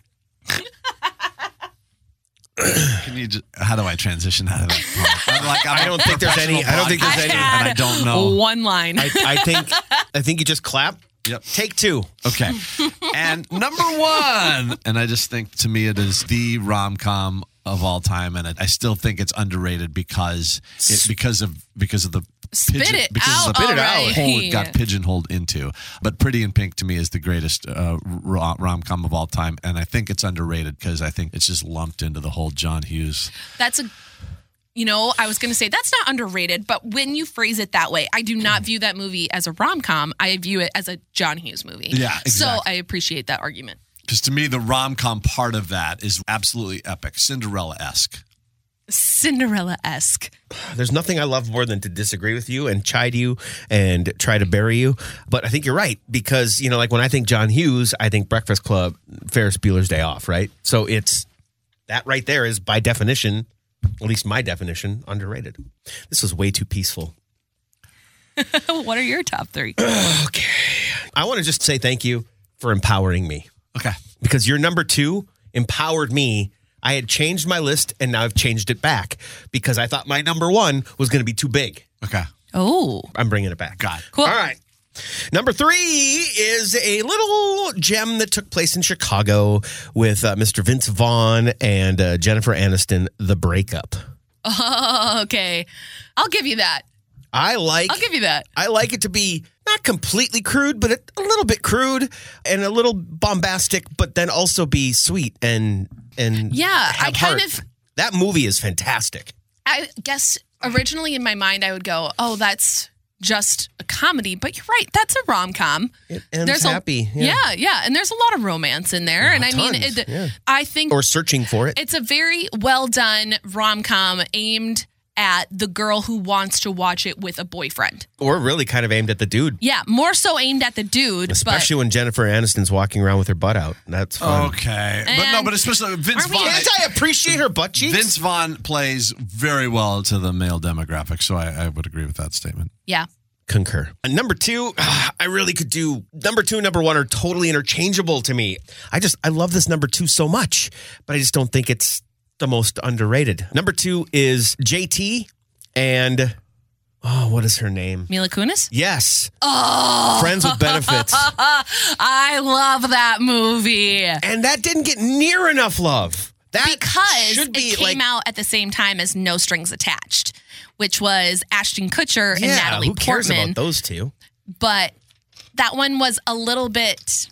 Speaker 3: can you just, how do I transition out of that? I'm like, I'm
Speaker 1: I don't think there's any- I don't think there's any-
Speaker 3: And I don't know.
Speaker 2: One line.
Speaker 1: I, I think I think you just clap.
Speaker 3: Yep.
Speaker 1: Take two.
Speaker 3: Okay. and number one, and I just think to me it is the rom com of all time, and I still think it's underrated because it because of because of the
Speaker 2: Spit it
Speaker 3: because of
Speaker 2: out
Speaker 3: the
Speaker 2: already.
Speaker 3: hole it got pigeonholed into. But Pretty in Pink to me is the greatest uh, rom com of all time, and I think it's underrated because I think it's just lumped into the whole John Hughes.
Speaker 2: That's a, you know, I was going to say that's not underrated, but when you phrase it that way, I do not view that movie as a rom com. I view it as a John Hughes movie.
Speaker 3: Yeah,
Speaker 2: So
Speaker 3: exactly.
Speaker 2: I appreciate that argument.
Speaker 3: Because to me, the rom com part of that is absolutely epic, Cinderella esque.
Speaker 2: Cinderella esque.
Speaker 1: There's nothing I love more than to disagree with you and chide you and try to bury you. But I think you're right because you know, like when I think John Hughes, I think Breakfast Club, Ferris Bueller's Day Off, right? So it's that right there is by definition, at least my definition, underrated. This was way too peaceful.
Speaker 2: what are your top three?
Speaker 1: I want to just say thank you for empowering me
Speaker 3: Okay.
Speaker 1: because your number two empowered me. I had changed my list and now I've changed it back because I thought my number one was going to be too big.
Speaker 3: Okay.
Speaker 2: oh,
Speaker 1: I'm bringing it back.
Speaker 3: Got it.
Speaker 2: cool.
Speaker 1: All right. Number three is a little gem that took place in Chicago with uh, Mr. Vince Vaughn and uh, Jennifer Aniston, The Breakup.
Speaker 2: Oh, okay. I'll give you that.
Speaker 1: I like
Speaker 2: I'll give you that.
Speaker 1: I like it to be not completely crude, but a little bit crude and a little bombastic, but then also be sweet and and
Speaker 2: Yeah, I
Speaker 1: have
Speaker 2: kind
Speaker 1: heart.
Speaker 2: of-
Speaker 1: that movie is fantastic.
Speaker 2: I guess originally in my mind, I would go, oh, that's just a comedy. But you're right. That's a rom com.
Speaker 1: It ends happy.
Speaker 2: A, yeah. yeah, And there's a lot of romance in there. and I mean,
Speaker 1: tons,
Speaker 2: it,
Speaker 1: yeah.
Speaker 2: I think
Speaker 1: Or searching for it.
Speaker 2: it's a very well done rom com aimed at the girl who wants to watch it with a boyfriend.
Speaker 1: or really kind of aimed at the dude.
Speaker 2: Yeah, more so aimed at the dude.
Speaker 1: Especially when Jennifer Aniston's walking around with her butt out. That's fun.
Speaker 3: Okay. but no,
Speaker 2: And-
Speaker 3: but especially Vince
Speaker 2: Aren't we-
Speaker 3: Vaughn.
Speaker 2: Can't
Speaker 1: Oh, I appreciate her butt cheeks?
Speaker 3: Vince Vaughn plays very well to the male demographic, so I, I would agree with that statement.
Speaker 2: But yeah.
Speaker 1: Concur. And Uh, number two, I really could do number two, and number one are totally interchangeable to me. I just, I love this number two so much, but I just don't think it's the most underrated. Number two is JT and, oh, what is her name?
Speaker 2: Mila Kunis? Uh,
Speaker 1: Yes. Oh. Friends with Benefits.
Speaker 2: I love that movie.
Speaker 1: and that didn't get near enough love. That
Speaker 2: because
Speaker 1: should be
Speaker 2: it
Speaker 1: like,
Speaker 2: came out at the same time as No Strings Attached, which was Ashton Kutcher and
Speaker 1: yeah,
Speaker 2: Natalie
Speaker 1: who cares
Speaker 2: Portman.
Speaker 1: about those two?
Speaker 2: But that one was a little bit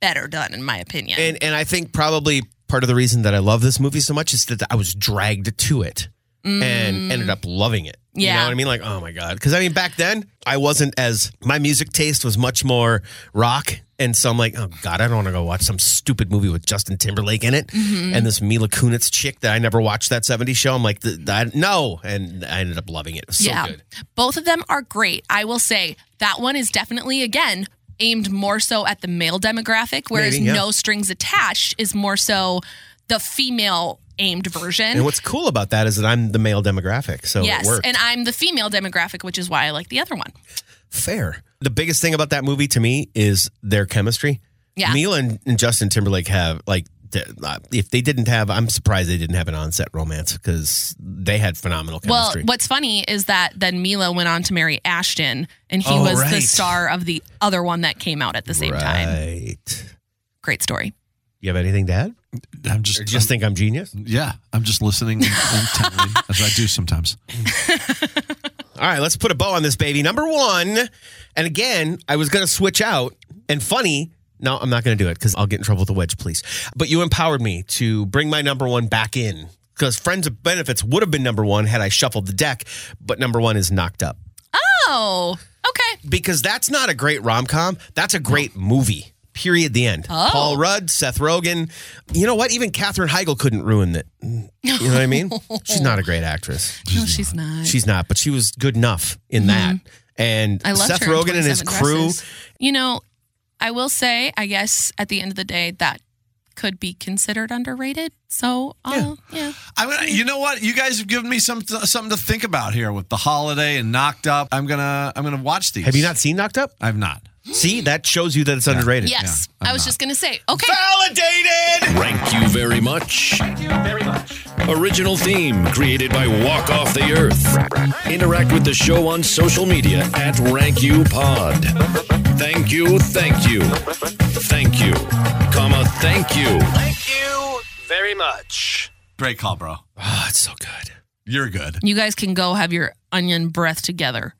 Speaker 2: better done, in my opinion.
Speaker 1: and and I think probably part of the reason that I love this movie so much is that I was dragged to it and ended up loving it. You know
Speaker 2: Mm. Yeah.
Speaker 1: what I mean? Like, oh my God. Because I mean, back then, I wasn't as, my music taste was much more rock. And so I'm like, oh God, I don't want to go watch some stupid movie with Justin Timberlake in it
Speaker 2: Mm-hmm.
Speaker 1: and this Mila Kunis chick that I never watched that 70s show. I'm like, th- that, no. And I ended up loving it. It was so
Speaker 2: yeah,
Speaker 1: good.
Speaker 2: both of them are great. I will say that one is definitely again aimed more so at the male demographic, whereas
Speaker 1: Maybe, yeah.
Speaker 2: No Strings Attached is more so the female aimed version.
Speaker 1: And what's cool about that is that I'm the male demographic. So it
Speaker 2: yes,
Speaker 1: worked.
Speaker 2: and I'm the female demographic, which is why I like the other one.
Speaker 1: fair. The biggest thing about that movie to me is their chemistry.
Speaker 2: Yeah.
Speaker 1: Mila and, and Justin Timberlake have like th- uh, if they didn't have, I'm surprised they didn't have an onset romance because they had phenomenal
Speaker 2: Well,
Speaker 1: chemistry.
Speaker 2: what's funny is that then Mila went on to marry Ashton, and he
Speaker 3: Oh,
Speaker 2: was the
Speaker 3: right.
Speaker 2: star of the other one that came out at the same time.
Speaker 1: Right.
Speaker 2: Great story.
Speaker 1: You have anything to add?
Speaker 3: I'm
Speaker 1: Or
Speaker 3: just,
Speaker 1: just think I'm genius?
Speaker 3: yeah, I'm just listening intently as I do sometimes.
Speaker 1: All right, let's put a bow on this baby. Number one, and again, I was going to switch out and funny. No, I'm not going to do it because I'll get in trouble with the wedge, please. But you empowered me to bring my number one back in because Friends of Benefits would have been number one had I shuffled the deck, but number one is knocked up
Speaker 2: Oh, okay.
Speaker 1: because that's not a great rom com. That's a great movie. Period. The end.
Speaker 2: Oh.
Speaker 1: Paul Rudd, Seth Rogen. You know what? Even Katherine Heigl couldn't ruin it. You know what I mean? She's not a great actress.
Speaker 2: no, she's not.
Speaker 1: She's not, but she was good enough in that. And
Speaker 2: Mm-hmm. I love
Speaker 1: Seth Rogen and his crew.
Speaker 2: You know, I will say, I guess at the end of the day, that could be considered underrated. So, uh, yeah.
Speaker 3: I'm gonna, you know what? You guys have given me some something to think about here with the holiday and knocked up. I'm gonna I'm gonna watch these.
Speaker 1: Have you not seen Knocked Up?
Speaker 3: I've not.
Speaker 1: See, that shows you that it's underrated.
Speaker 2: Yes, I was just gonna say. Okay,
Speaker 1: Validated.
Speaker 6: Thank you very much. Thank you very much. Original theme created by Walk Off the Earth. Interact with the show on social media at Rank You Pod. Thank you, thank you, thank you, comma, thank you.
Speaker 5: Thank you very much.
Speaker 3: Great call, bro.
Speaker 1: Oh, it's so good.
Speaker 3: You're good.
Speaker 2: you guys can go have your onion breath together.